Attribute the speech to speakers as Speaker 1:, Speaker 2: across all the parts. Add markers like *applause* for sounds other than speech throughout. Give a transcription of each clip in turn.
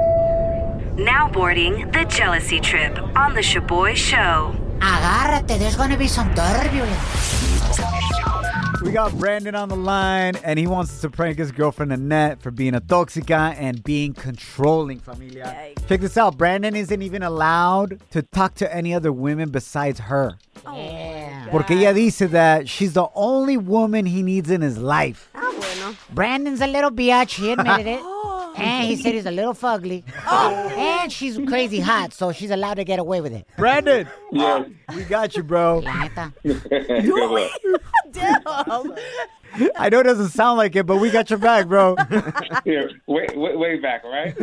Speaker 1: Now boarding the jealousy trip on the Shaboy Show.
Speaker 2: Agárrate, there's gonna be some turbulence.
Speaker 3: We got Brandon on the line, and he wants us to prank his girlfriend Annette for being a toxica and being controlling, familia.
Speaker 4: Yikes.
Speaker 3: Check this out Brandon isn't even allowed to talk to any other women besides her.
Speaker 2: Yeah.
Speaker 3: Porque ella dice that she's the only woman he needs in his life.
Speaker 4: Ah, bueno.
Speaker 2: Brandon's a little bitch, he admitted *gasps* it. And he said he's a little fugly. *laughs* And she's crazy hot, so she's allowed to get away with it.
Speaker 3: Brandon,
Speaker 5: Yes.
Speaker 3: we got you, bro.
Speaker 2: La neta.
Speaker 5: *laughs*
Speaker 4: Damn.
Speaker 3: I know it doesn't sound like it, but we got your back, bro.
Speaker 5: yeah, way, way, way back, right?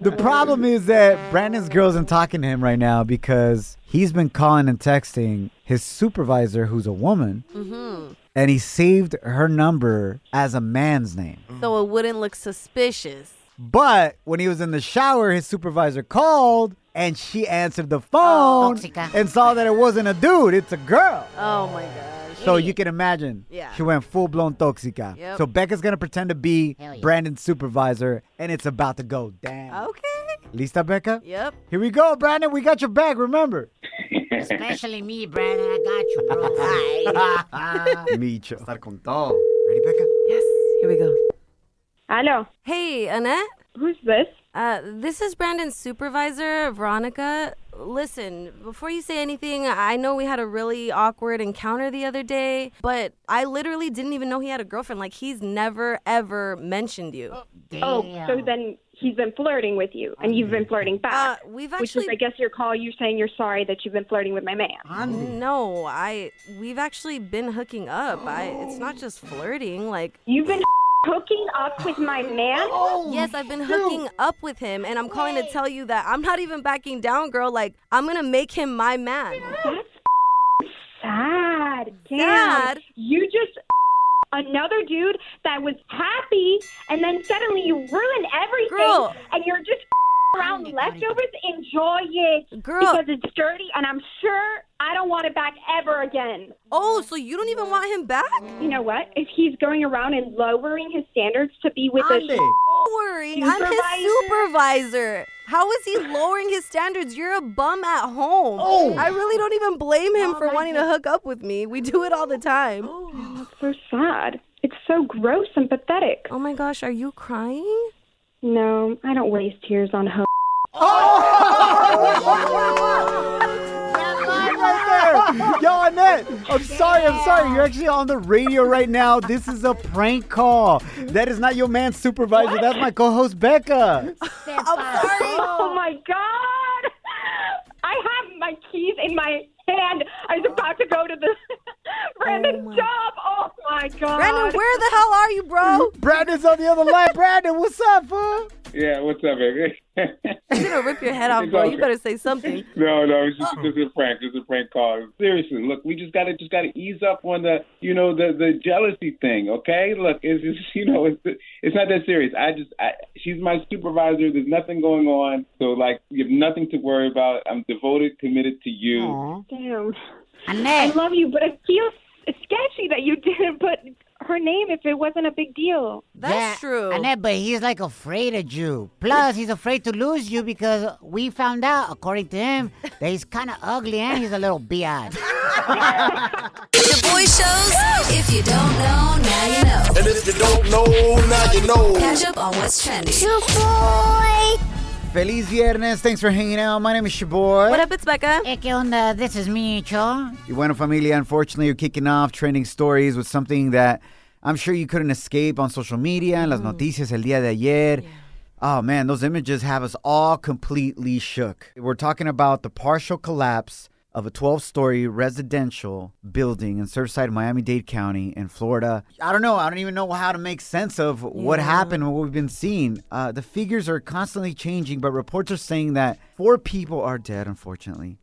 Speaker 3: the problem is that Brandon's girl isn't talking to him right now because he's been calling and texting his supervisor, who's a woman,
Speaker 4: Mm-hmm.
Speaker 3: and he saved her number as a man's name.
Speaker 4: so it wouldn't look suspicious.
Speaker 3: But when he was in the shower, his supervisor called and she answered the phone
Speaker 2: toxica.
Speaker 3: and saw that it wasn't a dude, it's a girl.
Speaker 4: Oh my gosh.
Speaker 3: So you can imagine,
Speaker 4: Yeah.
Speaker 3: she went full blown toxica.
Speaker 4: Yep.
Speaker 3: So Becca's gonna pretend to be
Speaker 2: Hell yeah.
Speaker 3: Brandon's supervisor, and it's about to go down.
Speaker 4: Okay.
Speaker 3: Lista Becca?
Speaker 4: Yep.
Speaker 3: Here we go, Brandon. We got your back. Remember,
Speaker 2: Especially me, Brandon. I got you, *laughs* bro.
Speaker 3: Micho. Estar con todo. Ready, Becca?
Speaker 4: Yes. Here we go.
Speaker 6: Hello,
Speaker 4: Hey, Annette.
Speaker 6: who's this?
Speaker 4: Uh, this is Brandon's supervisor, Veronica. Listen, before you say anything, I know we had a really awkward encounter the other day, but I literally didn't even know he had a girlfriend. Like, he's never, ever mentioned you.
Speaker 6: Oh, so then he's been flirting with you, and you've been flirting
Speaker 4: Uh,
Speaker 6: back.
Speaker 4: we've
Speaker 6: which
Speaker 4: actually
Speaker 6: is, I guess, your call. You're saying you're sorry that you've been flirting with my man.
Speaker 4: No, I we've actually been hooking up. I it's not just flirting. Like
Speaker 6: You've been *laughs* hooking up with my man.
Speaker 4: yes, I've been hooking up with him and I'm calling to tell you that I'm not even backing down, girl. Like I'm going to make him my man.
Speaker 6: That's sad. Damn.
Speaker 4: Sad?
Speaker 6: You just *laughs* another dude that was happy, and then suddenly you ruin everything,
Speaker 4: Girl.
Speaker 6: and you're just *laughs* around leftovers. Enjoy it,
Speaker 4: Girl.
Speaker 6: because it's dirty, and I'm sure I don't want it back ever again.
Speaker 4: Oh, so you don't even want him back?
Speaker 6: You know what? If he's going around and lowering his standards to be with us,
Speaker 3: Andy.
Speaker 4: Don't worry. I'm his supervisor. How is he lowering his standards? You're a bum at home. Oh. I really don't even blame
Speaker 3: Oh
Speaker 4: him for wanting to hook up with me. We do it all the time.
Speaker 6: so sad. It's so gross and pathetic.
Speaker 4: Oh my gosh, are you crying?
Speaker 6: No, I don't waste tears on hope.
Speaker 3: *laughs* Right there. Yo, Oh. Annette, I'm sorry, I'm sorry. You're actually on the radio right now. This is a prank call. That is not your man's supervisor. That's my co-host Becca.
Speaker 6: *laughs* Oh my god! I have my keys in my hand. I was about to go to the *laughs* Brandon job. Oh my god!
Speaker 4: Brandon, where the hell are
Speaker 3: *laughs*
Speaker 4: you, bro?
Speaker 3: Brandon's on the other line. Brandon, what's up, fool?
Speaker 5: yeah, what's up, baby?
Speaker 4: You're gonna rip your head off,
Speaker 5: It's
Speaker 4: bro.
Speaker 5: okay.
Speaker 4: You better say something.
Speaker 3: *laughs*
Speaker 5: no, no, it's just, this is a prank. This is a prank call. Seriously, look, we just gotta just gotta ease up on the you know the the jealousy thing, okay? Look, it's just *laughs* you know it's it's not that serious. I just I, she's my supervisor. There's nothing going on, so like you have nothing to worry about. I'm devoted, committed to you.
Speaker 6: Damn. I
Speaker 2: Annette,
Speaker 6: love you, but it feels sketchy that you *laughs* didn't put her name if it wasn't a big deal.
Speaker 4: That's
Speaker 2: yeah,
Speaker 4: true.
Speaker 2: Annette, but he's like afraid of you. Plus, he's afraid to lose you because we found out, according to him, that he's kind of ugly and he's a little *laughs* biatch.
Speaker 7: The boy shows. If you don't know, now you know.
Speaker 8: And if you don't know, now you know.
Speaker 7: Catch up on what's trending.
Speaker 3: Feliz viernes. Thanks for hanging out. My name is your boy.
Speaker 4: what up, it's Becca.
Speaker 2: hey, Eh, ¿qué onda? This is me, Cho.
Speaker 3: You went familia. Unfortunately, you're kicking off trending stories with something that I'm sure you couldn't escape on social media, en las noticias el día de ayer. Oh man, those images have us all completely shook. We're talking about the partial collapse of a 12 story residential building in Surfside, Miami Dade County in Florida. I don't know. I don't even know how to make sense of what happened and what we've been seeing. Uh, the figures are constantly changing, but reports are saying that four people are dead, unfortunately.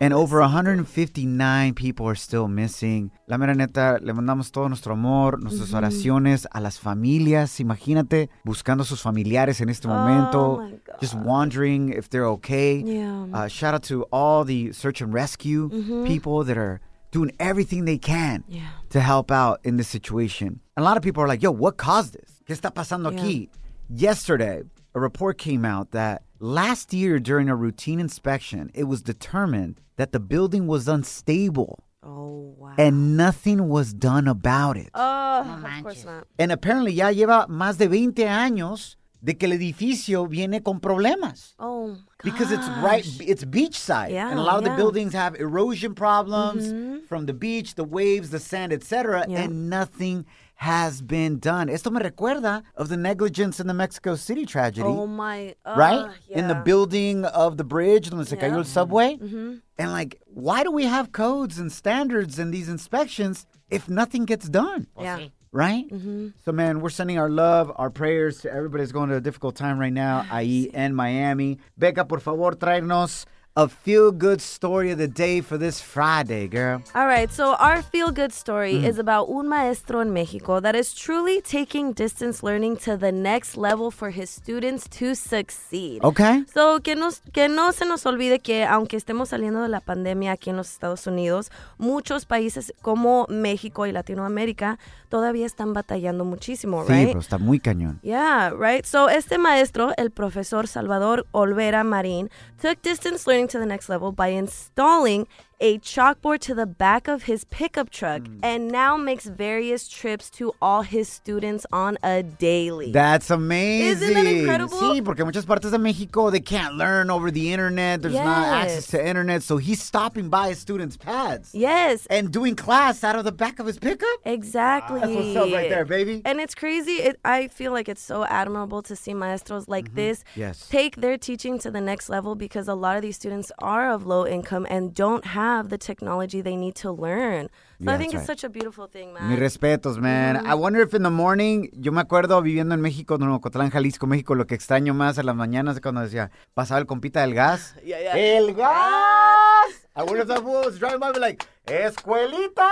Speaker 3: And over 159 people are still missing. La mera neta, le mandamos todo nuestro amor, nuestras oraciones a las familias. Imagínate buscando a sus familiares en este momento.
Speaker 4: Oh my God.
Speaker 3: Just wondering if they're okay.
Speaker 4: Yeah.
Speaker 3: Uh, shout out to all the search and rescue people that are doing everything they can
Speaker 4: Yeah.
Speaker 3: to help out in this situation. And a lot of people are like, yo, what caused this? ¿Qué está pasando aquí? Yesterday, a report came out that last year during a routine inspection, it was determined that the building was unstable
Speaker 4: Oh wow.
Speaker 3: and nothing was done about it.
Speaker 4: Oh, of course not.
Speaker 3: And apparently ya lleva más de 20 años de que el edificio viene con problemas.
Speaker 4: Oh my God.
Speaker 3: because it's right it's beachside
Speaker 4: Yeah,
Speaker 3: and a lot of the
Speaker 4: yeah. Mm-hmm.
Speaker 3: buildings have erosion problems from the beach the waves the sand etc
Speaker 4: Yeah.
Speaker 3: and nothing has been done esto me recuerda of the negligence in the mexico city tragedy
Speaker 4: Oh my. Uh,
Speaker 3: right in the
Speaker 4: yeah. Mm-hmm.
Speaker 3: building of the bridge donde se cayó el subway and like why do we have codes and standards and these inspections if nothing gets done
Speaker 4: Yeah.
Speaker 3: right?
Speaker 4: Mm-hmm.
Speaker 3: So, man, we're sending our love, our prayers to everybody that's going to a difficult time right now, IE and Miami. Becca, por favor, traernos a feel good story of the day for this Friday, girl.
Speaker 4: All right, so our feel good story is about un maestro in Mexico that is truly taking distance learning to the next level for his students to succeed.
Speaker 3: Okay.
Speaker 4: So, que, nos, que no se nos olvide que aunque estemos saliendo de la pandemia aquí en los Estados Unidos, muchos países como México y Latinoamérica todavía están batallando muchísimo,
Speaker 3: Sí, pues.
Speaker 4: right?
Speaker 3: pero está muy cañón.
Speaker 4: Yeah, right. So este maestro, el profesor Salvador Olvera Marin, took distance learning to the next level by installing a chalkboard to the back of his pickup truck
Speaker 3: Mm.
Speaker 4: and now makes various trips to all his students on a daily.
Speaker 3: That's amazing.
Speaker 4: incredible?
Speaker 3: Sí, porque en muchas partes de México they can't learn over the internet. There's not access
Speaker 4: Yes.
Speaker 3: to internet, so he's stopping by his students' pads
Speaker 4: yes.
Speaker 3: and doing class out of the back of his pickup.
Speaker 4: Exactly.
Speaker 3: That's what's up right there, baby.
Speaker 4: And it's crazy. It, I feel like it's so admirable to see maestros like this
Speaker 3: Mm-hmm. Yes.
Speaker 4: take their teaching to the next level because a lot of these students are of low income and don't have the technology they need to learn. So
Speaker 3: Yeah,
Speaker 4: I think
Speaker 3: that's
Speaker 4: it's
Speaker 3: right.
Speaker 4: such a beautiful thing, man.
Speaker 2: Ah.
Speaker 3: Mis respetos, man. I wonder if in the morning, yo me acuerdo viviendo en México, en Ocotlán, Jalisco, México, lo que extraño más en las mañanas es cuando decía, pasaba el compita del
Speaker 2: *laughs*
Speaker 3: gas. ¡El
Speaker 2: Ah.
Speaker 3: gas! I wonder if that fool was driving by and be like, ¡Escuelita!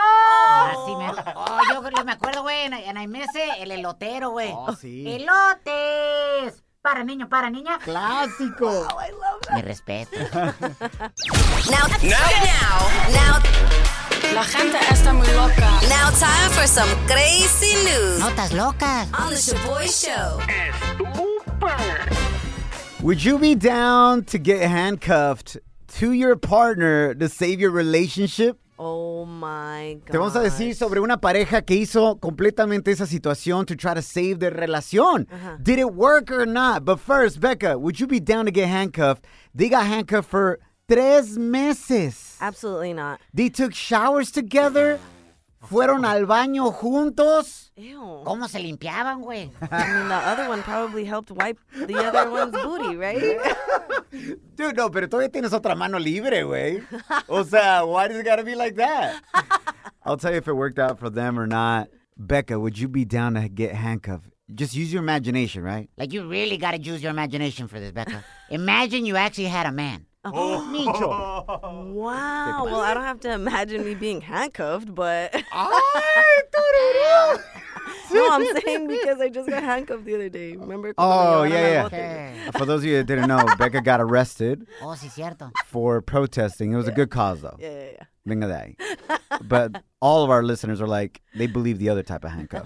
Speaker 2: Así me. Oh, yo lo- me acuerdo, güey, and, I- and I miss it, el elotero, güey.
Speaker 3: Oh, sí.
Speaker 2: ¡Elotes! Para niño, para niña. *laughs*
Speaker 3: ¡Clásico!
Speaker 2: Mi *laughs* respeto.
Speaker 9: Now, now, now,
Speaker 10: La gente está muy loca.
Speaker 9: now, time for some crazy news
Speaker 2: Notas locas.
Speaker 9: on the Shaboy Show.
Speaker 3: Would you be down to get handcuffed to your partner to save your relationship?
Speaker 4: Oh my God.
Speaker 3: Te vamos a decir sobre una pareja que hizo completamente esa situación to try to save their relación. Did it work or not? But first, Becca, would you be down to get handcuffed? They got handcuffed for tres meses.
Speaker 4: Absolutely not.
Speaker 3: They took showers together. Fueron al baño juntos.
Speaker 4: Ew.
Speaker 3: Oh.
Speaker 2: ¿Cómo se limpiaban, güey?
Speaker 4: I mean, the other one probably helped wipe the other one's
Speaker 3: *laughs*
Speaker 4: booty, right?
Speaker 3: Dude, no, pero todavía tienes otra mano libre, güey. O sea, why does it gotta be like that? I'll tell you if it worked out for them or not. Becca, would you be down to get handcuffed? Just use your imagination, right?
Speaker 2: Like, you really gotta use your imagination for this, Becca. Imagine you actually had a man. Oh.
Speaker 3: *laughs*
Speaker 4: Wow. Well, I don't have to imagine me being handcuffed, but.
Speaker 3: Ah.
Speaker 4: *laughs* no, I'm saying because I just got handcuffed the other day. Remember? cuando
Speaker 3: Oh,
Speaker 4: me
Speaker 3: yeah, yeah.
Speaker 4: llevaron al bote?
Speaker 3: For those of you that didn't
Speaker 4: *laughs*
Speaker 3: know, Becca got arrested
Speaker 2: Oh, sí, cierto.
Speaker 3: for protesting. It was a good cause, though.
Speaker 4: Yeah, yeah, yeah.
Speaker 3: Venga de ahí.
Speaker 4: *laughs*
Speaker 3: But all of our listeners are like, they believe the other type of
Speaker 4: *laughs*
Speaker 3: handcuff.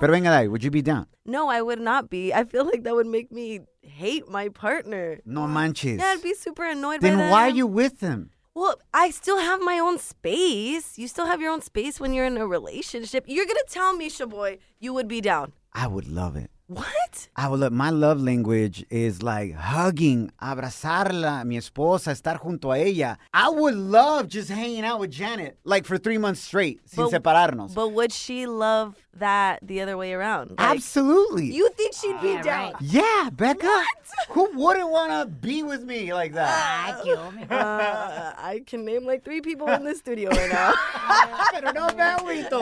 Speaker 3: Pero venga de ahí, would you be down?
Speaker 4: No, I would not be. I feel like that would make me hate my partner.
Speaker 3: No manches.
Speaker 4: Yeah, I'd be super annoyed by
Speaker 3: then
Speaker 4: that.
Speaker 3: why are you with him?
Speaker 4: Well, I still have my own space. You still have your own space when you're in a relationship. You're going to tell me, Shaboy, you would be down.
Speaker 3: I would love it.
Speaker 4: What?
Speaker 3: I would love, my love language is like hugging, abrazarla, mi esposa, estar junto a ella. I would love just hanging out with Janet like for three months straight, sin
Speaker 4: But-
Speaker 3: separarnos.
Speaker 4: But would she love that the other way around. Like,
Speaker 3: Absolutely.
Speaker 4: You think she'd be down?
Speaker 3: yeah, Becca. Who wouldn't want to be with me like that?
Speaker 2: *laughs* Ah, kill me.
Speaker 4: Uh, I can name like three people in this studio
Speaker 3: *laughs*
Speaker 4: right now.
Speaker 3: Pero no me agüito.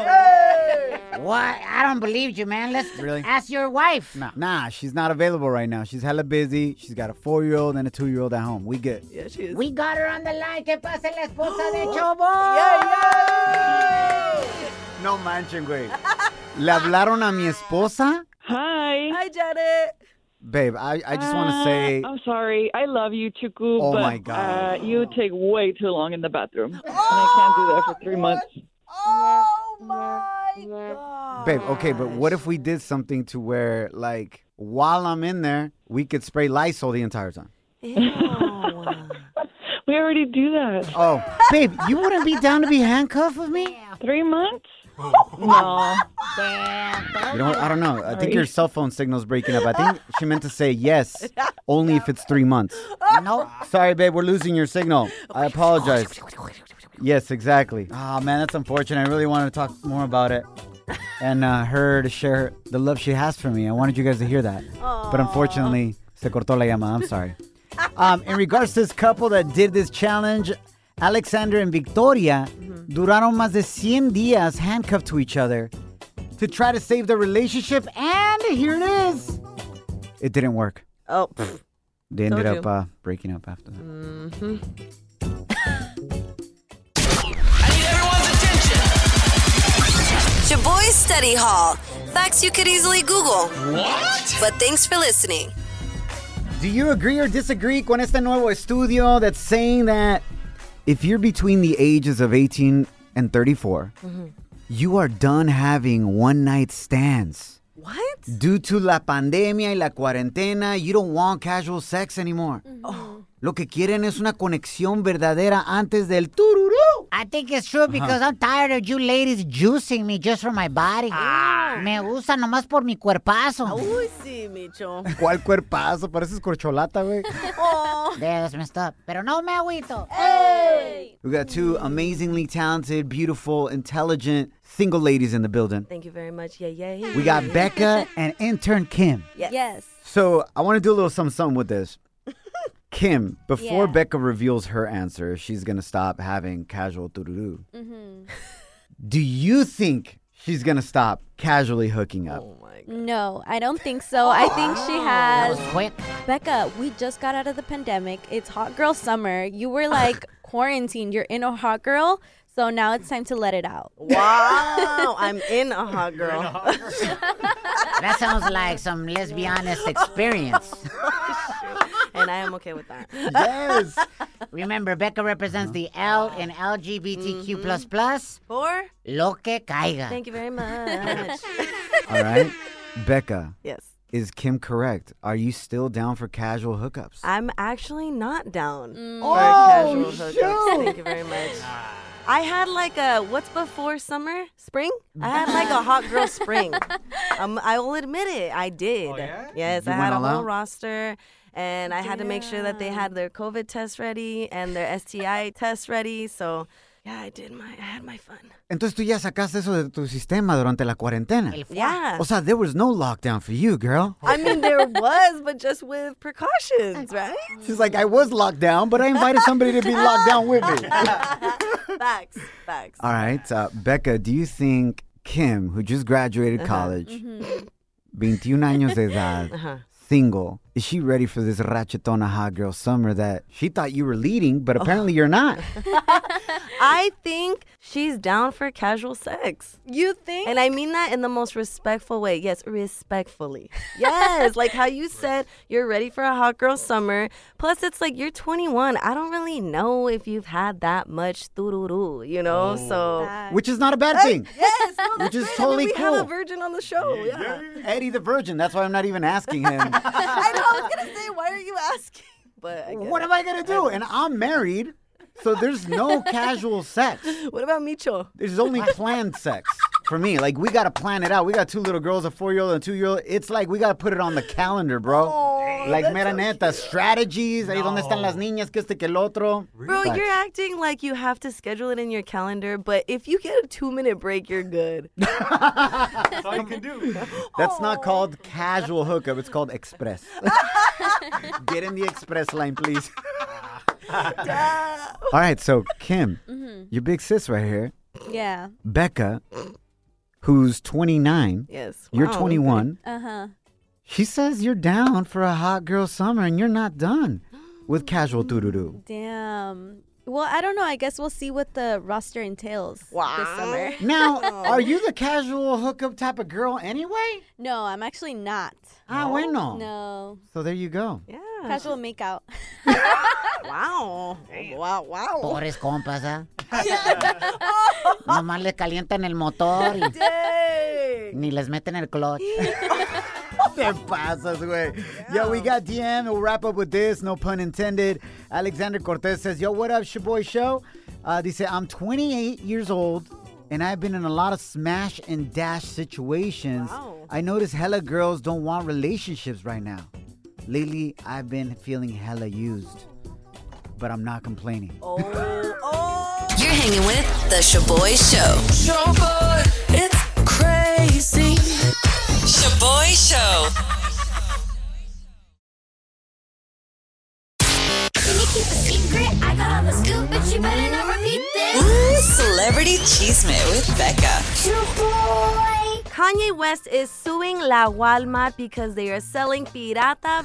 Speaker 2: What? I don't believe you, man. Let's
Speaker 3: Really?
Speaker 2: ask your wife.
Speaker 3: Nah, nah, she's not available right now. She's hella busy. She's got a four-year-old and a two-year-old at home. We good.
Speaker 4: yeah, she is.
Speaker 2: We got her on the line. Que pase la esposa de Chobo.
Speaker 3: No manchen, güey. Le hablaron a mi esposa.
Speaker 11: Hi.
Speaker 4: Hi, Janet.
Speaker 3: Babe, I, I just want to
Speaker 11: Uh,
Speaker 3: say,
Speaker 6: oh
Speaker 11: I'm sorry. I love you, Chuku.
Speaker 3: Oh
Speaker 11: but,
Speaker 3: my God.
Speaker 11: Uh, you take way too long in the bathroom. and
Speaker 6: Oh,
Speaker 11: I can't do that for three months.
Speaker 4: Oh my god.
Speaker 3: babe, okay, but what if we did something to where, like, while I'm in there, we could spray Lysol the entire time?
Speaker 11: We already do that.
Speaker 3: Oh, babe, you wouldn't be down to be handcuffed with me?
Speaker 11: Three
Speaker 3: *laughs*
Speaker 11: months? no.
Speaker 3: You know what? I don't know. I think your cell phone signal's breaking up. I think she meant to say yes, only if it's three months.
Speaker 2: No.
Speaker 3: Sorry, babe, we're losing your signal. I apologize. Yes, exactly. Ah, man, that's unfortunate. I really wanted to talk more about it and uh, her to share the love she has for me. I wanted you guys to hear that. But unfortunately, se cortó la llama. I'm sorry. Um, in regards to this couple that did this challenge, Alexander and Victoria duraron más de 100 días handcuffed to each other to try to save their relationship, and here it is. It didn't work.
Speaker 4: Oh, pff.
Speaker 3: They ended
Speaker 4: Told
Speaker 3: up uh, breaking up after that.
Speaker 9: Shaboy Study Hall. Facts you could easily Google. What? But thanks for listening.
Speaker 3: Do you agree or disagree con este nuevo estudio that's saying that if you're between the ages of 18 and 34,
Speaker 4: Mm-hmm.
Speaker 3: you are done having one night stands?
Speaker 4: what?
Speaker 3: Due to la pandemia y la cuarentena, you don't want casual sex anymore.
Speaker 4: Mm-hmm.
Speaker 3: Lo que quieren es una conexión verdadera antes del tururú.
Speaker 2: I think it's true because I'm tired of you ladies juicing me just for my body.
Speaker 4: Ah.
Speaker 2: Me usa nomás por mi cuerpazo.
Speaker 4: Uy, sí, Micho.
Speaker 3: ¿Cuál cuerpazo? Pareces corcholata, güey.
Speaker 2: Yeah, that's messed up. Pero no me agüito.
Speaker 4: Eh.
Speaker 3: We got two amazingly talented, beautiful, intelligent single ladies in the building.
Speaker 4: Thank you very much. Yeah, yeah, yeah.
Speaker 3: We got Becca and intern Kim.
Speaker 4: Yes.
Speaker 3: So I want to do a little something, something with this. Kim, before Becca reveals her answer, she's going to stop having casual tururu. do you think she's going to stop casually hooking up?
Speaker 12: No, I don't think so. I think she has.
Speaker 2: Quick.
Speaker 12: Becca, we just got out of the pandemic. It's hot girl summer. You were like quarantined. You're in a hot girl. So now it's time to let it out.
Speaker 4: *laughs* Wow, I'm in a hot girl.
Speaker 2: That sounds like some lesbianist experience.
Speaker 4: *laughs* and I am okay with that.
Speaker 3: Yes.
Speaker 2: Remember, Becca represents the
Speaker 4: Uh-huh.
Speaker 2: L in LGBTQ++.
Speaker 4: Four.
Speaker 2: Lo que
Speaker 4: Mm-hmm.
Speaker 2: caiga.
Speaker 4: Thank you very *laughs* much.
Speaker 3: All right. Becca,
Speaker 4: yes.
Speaker 3: is Kim correct? Are you still down for casual hookups?
Speaker 4: I'm actually not down for casual hookups. Thank you very much. I had like a what's before summer spring. I had like a hot girl spring. um, I will admit it. I did. Yes,
Speaker 3: You
Speaker 4: I
Speaker 3: went
Speaker 4: had a
Speaker 3: all
Speaker 4: whole
Speaker 3: out?
Speaker 4: roster, and I had to make sure that they had their COVID test ready and their STI test ready. So yeah, I did my. I had my fun.
Speaker 3: Entonces tú ya sacaste eso de tu sistema durante la cuarentena.
Speaker 4: Yeah.
Speaker 3: O sea, there was no lockdown for you, girl.
Speaker 4: I mean, there was, but just with precautions, right?
Speaker 3: She's like, I was locked down, but I invited somebody to be locked down with me.
Speaker 4: Facts, facts.
Speaker 3: All right, uh, Becca, do you think Kim, who just graduated college, 21 años de edad, single, is she ready for this ratchetona hot girl summer that she thought you were leading, but apparently you're not?
Speaker 4: I think she's down for casual sex.
Speaker 12: You think?
Speaker 4: And I mean that in the most respectful way. Yes, respectfully. Yes, like how you said you're ready for a hot girl summer. Plus, it's like you're 21. I don't really know if you've had that much tururu, you know? So.
Speaker 3: Which is not a bad thing.
Speaker 4: Yes, no,
Speaker 3: Oh. Which is
Speaker 4: great.
Speaker 3: totally
Speaker 4: we have
Speaker 3: cool.
Speaker 4: a virgin on the show. Yeah.
Speaker 3: Eddie the Virgin, that's why I'm not even asking him.
Speaker 4: I know. I was gonna say, why are you asking? But I guess.
Speaker 3: what am I going to do? And I'm married, so there's no casual sex,
Speaker 4: what about Micho?
Speaker 3: there's only planned sex. for me. Like we gotta plan it out. We got two little girls, a four year old and a two year old. It's like we gotta put it on the calendar, bro. like mera neta, strategies. Ahí donde están las niñas, que este que el otro.
Speaker 4: Bro,
Speaker 3: Facts.
Speaker 4: you're acting like you have to schedule it in your calendar, but if you get a two minute break, you're good.
Speaker 13: That's all you can do.
Speaker 3: That's not called casual hookup. It's called express. Get in the express line, please. All right, so Kim,
Speaker 12: Mhm.
Speaker 3: your big sis right here,
Speaker 12: Yeah.
Speaker 3: Becca, who's 29.
Speaker 12: Yes.
Speaker 3: You're
Speaker 12: Wow, okay.
Speaker 3: 21.
Speaker 12: Uh huh.
Speaker 3: She says you're down for a hot girl summer and you're not done with casual doo doo
Speaker 12: *gasps*
Speaker 3: doo.
Speaker 12: Damn. Well, I don't know. I guess we'll see what the roster entails this summer.
Speaker 3: Now, are you the casual hookup type of girl anyway?
Speaker 12: No, I'm actually not.
Speaker 3: Ah, bueno.
Speaker 12: No.
Speaker 3: So there you go.
Speaker 12: Casual makeout.
Speaker 4: *laughs* wow. Wow, wow.
Speaker 2: Pobres
Speaker 4: *laughs*
Speaker 2: compas, ¿ah? Nomás le calientan el motor y ni les meten
Speaker 4: *laughs*
Speaker 2: el clutch. Eh,
Speaker 3: *laughs* Te pasas, güey. Yo, we got DM. We'll wrap up with this. No pun intended. Alexander Cortez says, Yo, what up, your boy show? Uh, they say, I'm 28 years old and I've been in a lot of smash and dash situations. I notice hella girls don't want relationships right now. Lately, I've been feeling hella used, but I'm not complaining.
Speaker 9: You're hanging with The Shaboy Show. Shaboy, it's crazy. Shaboy Show. Ooh, Celebrity Cheesemate with Becca.
Speaker 4: Kanye West is suing La Walmart because they are selling pirata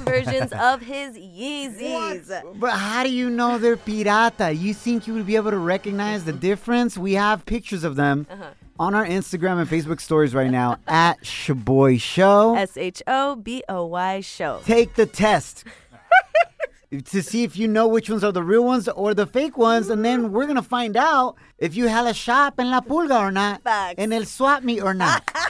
Speaker 9: *laughs*
Speaker 4: versions of his Yeezys.
Speaker 3: But how do you know they're pirata? You think you would be able to recognize the difference? We have pictures of them
Speaker 4: Uh-huh.
Speaker 3: on our Instagram and Facebook stories right
Speaker 4: *laughs*
Speaker 3: now at Shaboy Show.
Speaker 4: S H O B O Y show.
Speaker 3: Take the test *laughs* to see if you know which ones are the real ones or the fake ones, and then we're gonna find out if you had a shop in La Pulga or not, in El Swap Meet or not.
Speaker 4: *laughs*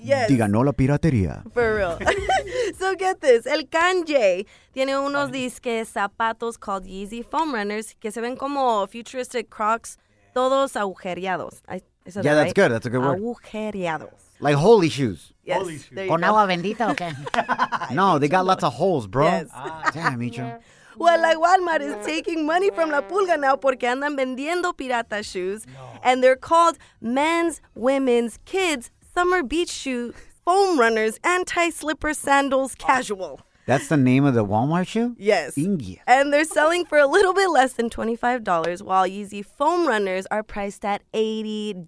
Speaker 4: Yes.
Speaker 3: Diga no la piratería.
Speaker 4: For real. *laughs* so get this, el Kanye tiene unos disque zapatos called Yeezy Foam Runners que se ven como futuristic Crocs, todos agujereados. I, I said
Speaker 3: Yeah,
Speaker 4: that
Speaker 3: that's
Speaker 4: right?
Speaker 3: good. That's a good word.
Speaker 4: Agujereados.
Speaker 3: Like holy shoes.
Speaker 4: Yes, Holy shoes. there you
Speaker 3: Con
Speaker 4: go.
Speaker 3: agua
Speaker 2: bendita, okay?
Speaker 3: No, they got lots of holes, bro.
Speaker 4: Yes.
Speaker 3: Damn, Micho.
Speaker 4: Well, like Walmart is taking money from La Pulga now porque andan vendiendo pirata shoes. And they're called men's, women's, kids, summer beach shoe, foam runners, anti slipper sandals, casual.
Speaker 3: That's the name of the Walmart shoe?
Speaker 4: Yes.
Speaker 3: India.
Speaker 4: And they're selling for a little bit less than $25, while Yeezy foam runners are priced at $80.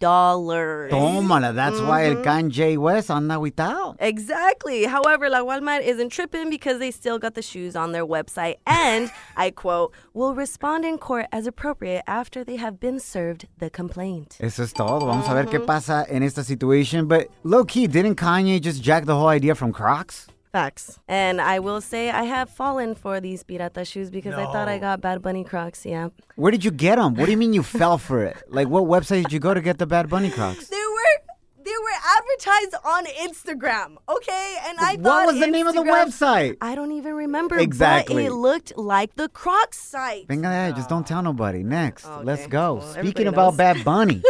Speaker 3: Tómala. That's why El
Speaker 4: Mhm.
Speaker 3: Kanye West anda aguitado.
Speaker 4: Exactly. However, La Walmart isn't tripping because they still got the shoes on their website and, I quote, will respond in court as appropriate after they have been served the complaint.
Speaker 3: Eso es todo. Vamos a ver qué pasa en esta situation. But low key, didn't Kanye just jack the whole idea from Crocs?
Speaker 4: Facts. And I will say I have fallen for these pirata shoes because I thought I got Bad Bunny Crocs, yeah.
Speaker 3: Where did you get them? What do you mean
Speaker 4: *laughs*
Speaker 3: you fell for it? Like, what website did you go to get the Bad Bunny Crocs?
Speaker 4: They were they were advertised on Instagram, okay? And *laughs* I
Speaker 3: What was the name of the website?
Speaker 4: *laughs* I don't even remember.
Speaker 3: Exactly.
Speaker 4: But it looked like the Crocs site.
Speaker 3: Venga, de ahí, just don't tell nobody. Next, let's go. Speaking
Speaker 4: Oh, everybody
Speaker 3: about
Speaker 4: knows.
Speaker 3: Bad
Speaker 4: *laughs*
Speaker 3: Bunny,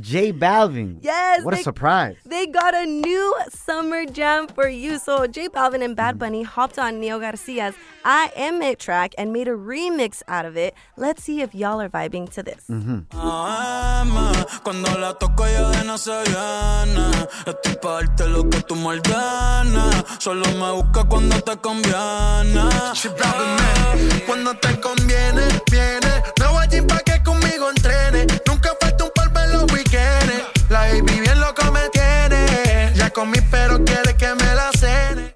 Speaker 3: J Balvin.
Speaker 4: Yes,
Speaker 3: What a
Speaker 4: they-
Speaker 3: surprise.
Speaker 4: They got a new summer jam for you. So J Balvin and
Speaker 3: Mm.
Speaker 4: Bad Bunny hopped on Neo Garcia's I Am It track and made a remix out of it. Let's see if y'all are vibing to this.
Speaker 3: Mm-hmm.
Speaker 14: ama. Cuando la toco ya de no se gana. Estoy pa' darte lo que tú me ordenas. Solo me busca cuando te conviene. Cuando te conviene, viene. Me voy allí pa' que conmigo entrene. Nunca falta un polvo en los weekends. La baby bien loco me tiene. Ya comí pero quiere que me la cene.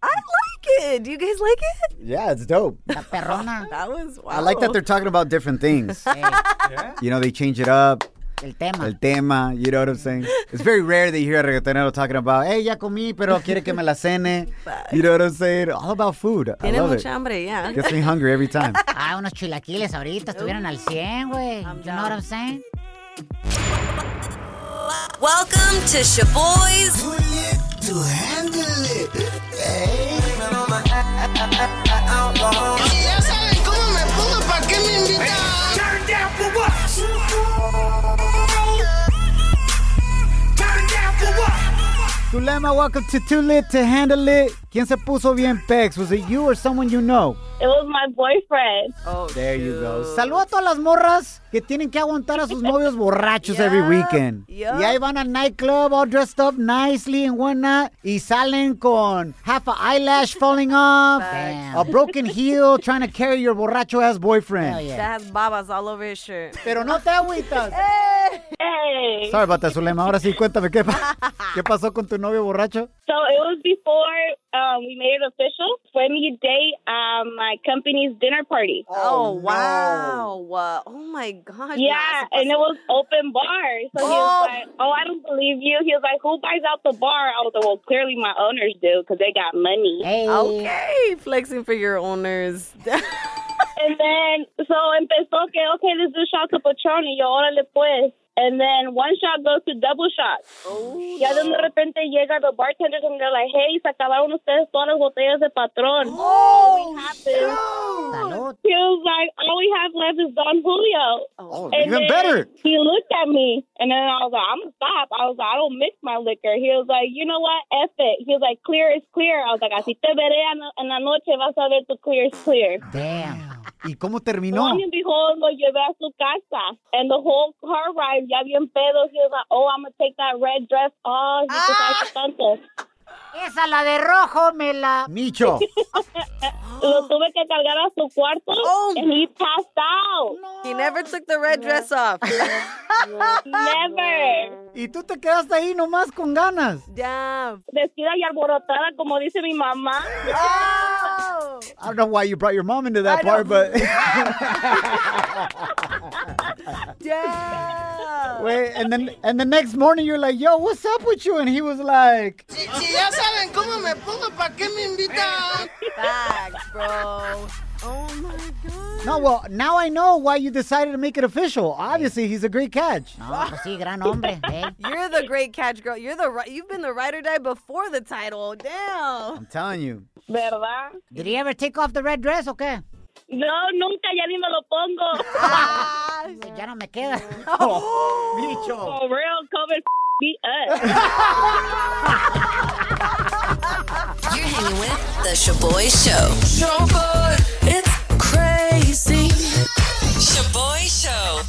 Speaker 4: I like it. Do you guys like it?
Speaker 3: Yeah, it's dope.
Speaker 4: That was wow.
Speaker 3: I like that they're talking about different
Speaker 4: *laughs*
Speaker 3: things. You know, they change it up.
Speaker 2: El tema.
Speaker 3: El tema, you know what I'm saying? It's very rare that you hear a reggaetonero talking about, hey, ya comí, pero quiere que me la cene. You know what I'm saying? All about food. I
Speaker 2: Tiene
Speaker 3: love
Speaker 2: mucha
Speaker 3: it.
Speaker 4: hambre, yeah.
Speaker 3: Gets me hungry every time.
Speaker 2: Ah, unos chilaquiles ahorita estuvieron al 100, güey. You know what I'm saying?
Speaker 9: Welcome to Shaboy's.
Speaker 14: Ya saben cómo me pongo, pa' qué me invitan.
Speaker 3: problema. Welcome to Too Lit to Handle It. ¿Quién se puso bien pex? Was it you or someone you know?
Speaker 6: It was my boyfriend.
Speaker 3: Oh, there you go. Saluda a todas las morras que tienen que aguantar a sus novios borrachos every weekend.
Speaker 2: yup.
Speaker 3: Y ahí van al nightclub all dressed up nicely and whatnot. Y salen con half a eyelash falling off, a broken heel, trying to carry your borracho ass boyfriend.
Speaker 4: That has babas all over his shirt.
Speaker 3: Pero no te agüitas.
Speaker 6: Hey.
Speaker 3: Sorry about that, Zulema. Ahora sí, cuéntame, ¿qué, pa- *laughs* ¿qué pasó con tu novio borracho?
Speaker 6: So it was before um, we made it official for me day um, my company's dinner party.
Speaker 4: Oh, wow. Uh, oh my gosh.
Speaker 6: Yeah, and it was open bar. So he
Speaker 4: Oh.
Speaker 6: was like, "Oh, I don't believe you." He was like, "Who buys out the bar?" I was like, "Well, clearly my owners do because they got money."
Speaker 4: Okay, flexing for your owners. *laughs*
Speaker 6: And then so empezó que okay, let's do shots of Patron y yo órale pues. And then one shot goes to double shots.
Speaker 3: Oh,
Speaker 6: y ya de repente llega the bartenders and they're like, hey, se acabaron ustedes todas las botellas de Patron.
Speaker 3: Oh,
Speaker 6: all we have is he was like, all we have left is Don Julio.
Speaker 3: Oh,
Speaker 6: And
Speaker 3: even
Speaker 6: then
Speaker 3: better.
Speaker 6: He looked at me, and then I was like, I'm gonna stop. I was like, I don't mix my liquor. He was like, you know what? F it. He was like, clear is clear. I was like, así te veré en la- en la noche, vas a ver tu clear is clear.
Speaker 3: Damn. ¿Y cómo
Speaker 6: Lo
Speaker 3: terminó?
Speaker 6: and behold, lo llevé a su casa. And the whole car ride, ya bien pedo, he was like, oh, I'm going to take that red dress off. He was like, "Santos."
Speaker 2: Esa la de rojo me la.
Speaker 3: Micho.
Speaker 6: Lo tuve que cargar a su cuarto,
Speaker 4: Oh.
Speaker 6: and he passed out.
Speaker 4: He never took the red dress off.
Speaker 6: Never.
Speaker 3: ¿Y tú te quedaste ahí nomás con ganas?
Speaker 4: Damn.
Speaker 6: Vestida y alborotada, como dice mi mamá.
Speaker 3: I don't know why you brought your mom into that part, but
Speaker 4: Damn.
Speaker 3: wait, and then and the next morning you're like, "Yo, what's up with you?" And he was like,
Speaker 15: Si ya saben cómo me pongo, ¿para qué me invitan?
Speaker 4: Facts, bro. Oh my god.
Speaker 3: "No, well, now I know why you decided to make it official. Obviously, he's a great catch."
Speaker 2: No, pues sí, gran hombre. eh.
Speaker 4: You're the great catch girl. You're the ri- you've been the ride or die before the title. Damn.
Speaker 3: I'm telling you.
Speaker 6: ¿Verdad?
Speaker 2: Did he ever take off the red dress o qué?
Speaker 6: No, nunca, ya ni me lo pongo.
Speaker 2: Ya no me queda.
Speaker 3: Micho.
Speaker 6: For real, COVID beat us.
Speaker 9: You're hanging with The Shaboy Show.
Speaker 10: Showboy, it's crazy.
Speaker 9: Shaboy Show.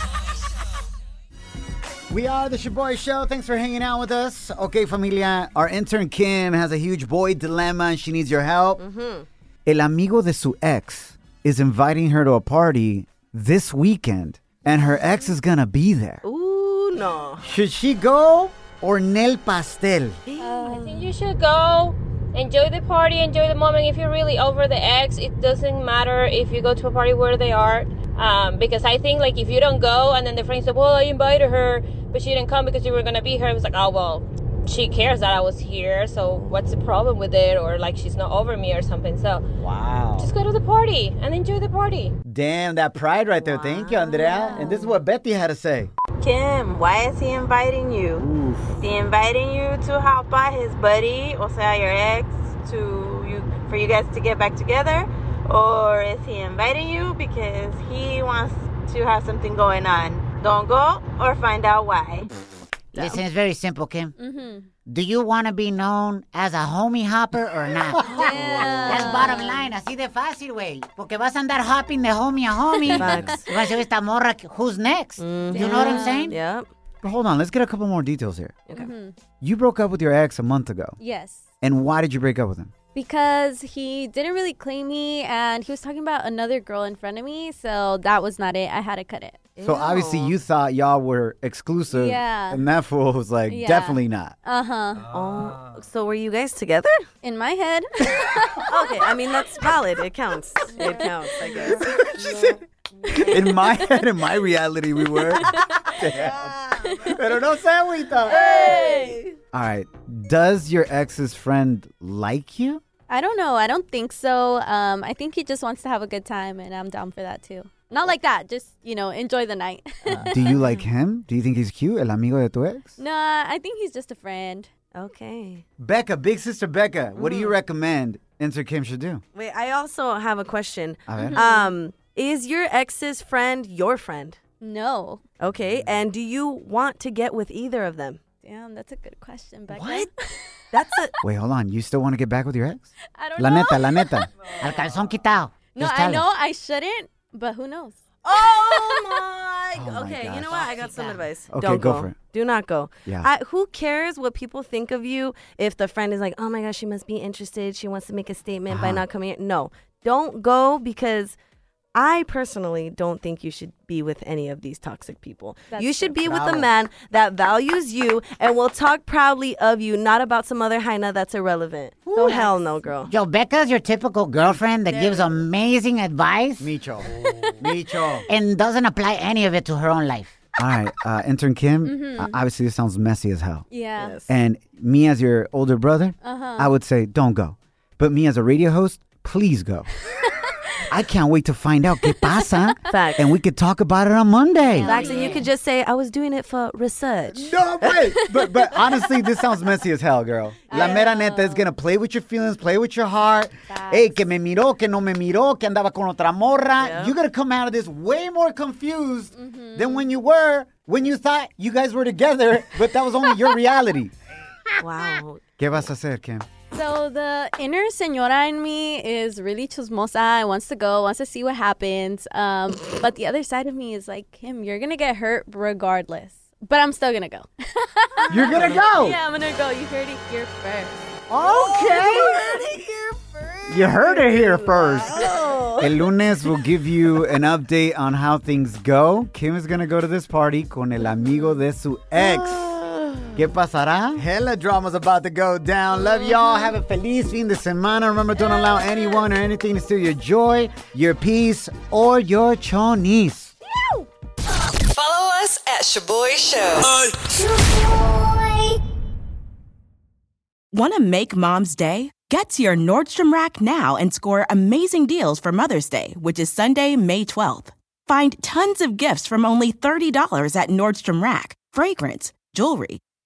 Speaker 3: We are the Shaboy Show. Thanks for hanging out with us. Okay, familia, our intern Kim has a huge boy dilemma and she needs your help.
Speaker 4: Mm-hmm.
Speaker 3: El amigo de su ex is inviting her to a party this weekend, and her ex is gonna be there.
Speaker 4: Ooh, no.
Speaker 3: Should she go or Nel Pastel?
Speaker 16: I think you should go. Enjoy the party, enjoy the moment. If you're really over the ex, it doesn't matter if you go to a party where they are. Um, because I think, like, if you don't go and then the friend said, Well, I invited her, but she didn't come because you were going to be here, it was like, Oh, well, she cares that I was here, so what's the problem with it? Or, like, she's not over me or something. So
Speaker 3: Wow.
Speaker 16: just go to the party and enjoy the party.
Speaker 3: Damn, that pride right there. Thank you, Andrea. And this is what Betty had to say.
Speaker 17: Kim, why is he inviting you? Is he inviting you to help out his buddy, or say your ex, to you for you guys to get back together, or is he inviting you because he wants to have something going on? Don't go, or find out why.
Speaker 2: Listen, it's very simple, Kim. Do you want to be known as a homie hopper or not?
Speaker 12: *laughs*
Speaker 2: That's bottom line. Así de fácil, güey. Porque vas a andar hopping de homie a homie.
Speaker 4: Facts.
Speaker 2: Y Vas a ver esta morra, que- who's next? You know what I'm saying?
Speaker 4: Yep.
Speaker 3: But hold on, let's get a couple more details here.
Speaker 12: Mm-hmm.
Speaker 3: You broke up with your ex a month ago.
Speaker 12: Yes.
Speaker 3: And why did you break up with him?
Speaker 12: Because he didn't really claim me and he was talking about another girl in front of me. So that was not it. I had to cut it.
Speaker 3: So obviously you thought y'all were exclusive.
Speaker 12: Yeah.
Speaker 3: And that fool was like,
Speaker 12: Yeah.
Speaker 3: definitely not.
Speaker 12: Uh huh.
Speaker 4: Oh, so were you guys together?
Speaker 12: In my head.
Speaker 4: okay, I mean that's valid. It counts. It counts, I guess.
Speaker 3: in my *laughs* head, in my reality, we were.
Speaker 12: *laughs*
Speaker 3: Damn. Pero no se agüita. All right. Does your ex's friend like
Speaker 12: *laughs*
Speaker 3: you?
Speaker 12: I don't know. I don't think so. Um, I think he just wants to have a good time and I'm down for that too. Not like that. Just, you know, enjoy the night.
Speaker 3: Uh,
Speaker 12: *laughs*
Speaker 3: Do you like him? Do you think he's cute? El amigo de tu ex?
Speaker 12: nah, I think he's just a friend.
Speaker 4: Okay.
Speaker 3: Becca, big sister Becca, what do you recommend Enter Kim should do?
Speaker 4: Wait, I also have a question.
Speaker 3: A
Speaker 17: Mm-hmm.
Speaker 3: ver.
Speaker 4: Um, is your ex's friend your friend?
Speaker 12: No.
Speaker 4: Okay, and do you want to get with either of them?
Speaker 12: Damn, that's a good question, Becca.
Speaker 4: What? That's a. *laughs*
Speaker 3: Wait, hold on. You still want to get back with your ex?
Speaker 12: *laughs* I don't
Speaker 3: La
Speaker 12: know.
Speaker 3: neta, la neta.
Speaker 2: Al calzón quitado.
Speaker 12: No,
Speaker 3: Just
Speaker 12: I
Speaker 3: tell
Speaker 12: know I shouldn't, but who knows?
Speaker 4: Oh my!
Speaker 3: my
Speaker 4: okay,
Speaker 3: gosh.
Speaker 4: you know what? I got some advice.
Speaker 3: Okay,
Speaker 4: Don't
Speaker 3: go
Speaker 4: go.
Speaker 3: for it.
Speaker 4: Do not go.
Speaker 3: Yeah.
Speaker 4: I, who cares what people think of you if the friend is like, "Oh my gosh, she must be interested. She wants to make a statement by
Speaker 3: Uh-huh.
Speaker 4: not coming." in." No, don't go because I personally don't think you should be with any of these toxic people.
Speaker 12: That's
Speaker 4: you should
Speaker 12: true.
Speaker 4: be with a
Speaker 12: Bravo.
Speaker 4: man that values you and will talk proudly of you, not about some other hyena that's irrelevant. So hell no, girl.
Speaker 2: Yo, Becca's your typical girlfriend that gives amazing advice.
Speaker 3: Micho. Micho.
Speaker 2: And doesn't apply any of it to her own life.
Speaker 3: All right, uh, intern Kim.
Speaker 2: Mhm.
Speaker 3: uh, obviously, this sounds messy as hell.
Speaker 12: Yeah.
Speaker 3: And me as your older brother,
Speaker 12: Uh-huh.
Speaker 3: I would say don't go. But me as a radio host, please go. I can't wait to find out qué pasa,
Speaker 4: Facts.
Speaker 3: and we could talk about it on Monday.
Speaker 4: Facts, and you could just say, "I was doing it for research."
Speaker 3: *laughs* No, wait, but but honestly, this sounds messy as hell, girl. La mera neta is gonna play with your feelings, play with your heart. Hey, que me miró, que no me miró, que andaba con otra morra. You're gonna come out of this way more confused than when you were when you thought you guys were together, but that was only your reality.
Speaker 4: Wow.
Speaker 3: ¿Qué vas a hacer, Kim?
Speaker 12: So the inner señora in me is really chismosa and wants to go, wants to see what happens.
Speaker 3: *laughs*
Speaker 12: Um, but the other side of me is like, Kim, you're gonna get hurt regardless. But I'm still gonna go. *laughs*
Speaker 3: You're gonna go.
Speaker 12: Yeah, I'm gonna go. You heard it here first.
Speaker 3: Okay. You heard it here first. El lunes will give you an update on how things go. Kim is gonna go to this party con el amigo de su ex. ¿Qué pasará? Hella drama's about to go down. Love y'all. Have a feliz fin de semana. Remember, don't allow anyone or anything to steal your joy, your peace, or your chonis.
Speaker 10: Follow us at Shaboy Show.
Speaker 18: Want to make mom's day? Get to your Nordstrom Rack now and score amazing deals for Mother's Day, which is Sunday, May 12th. Find tons of gifts from only $30 at Nordstrom Rack fragrance, jewelry,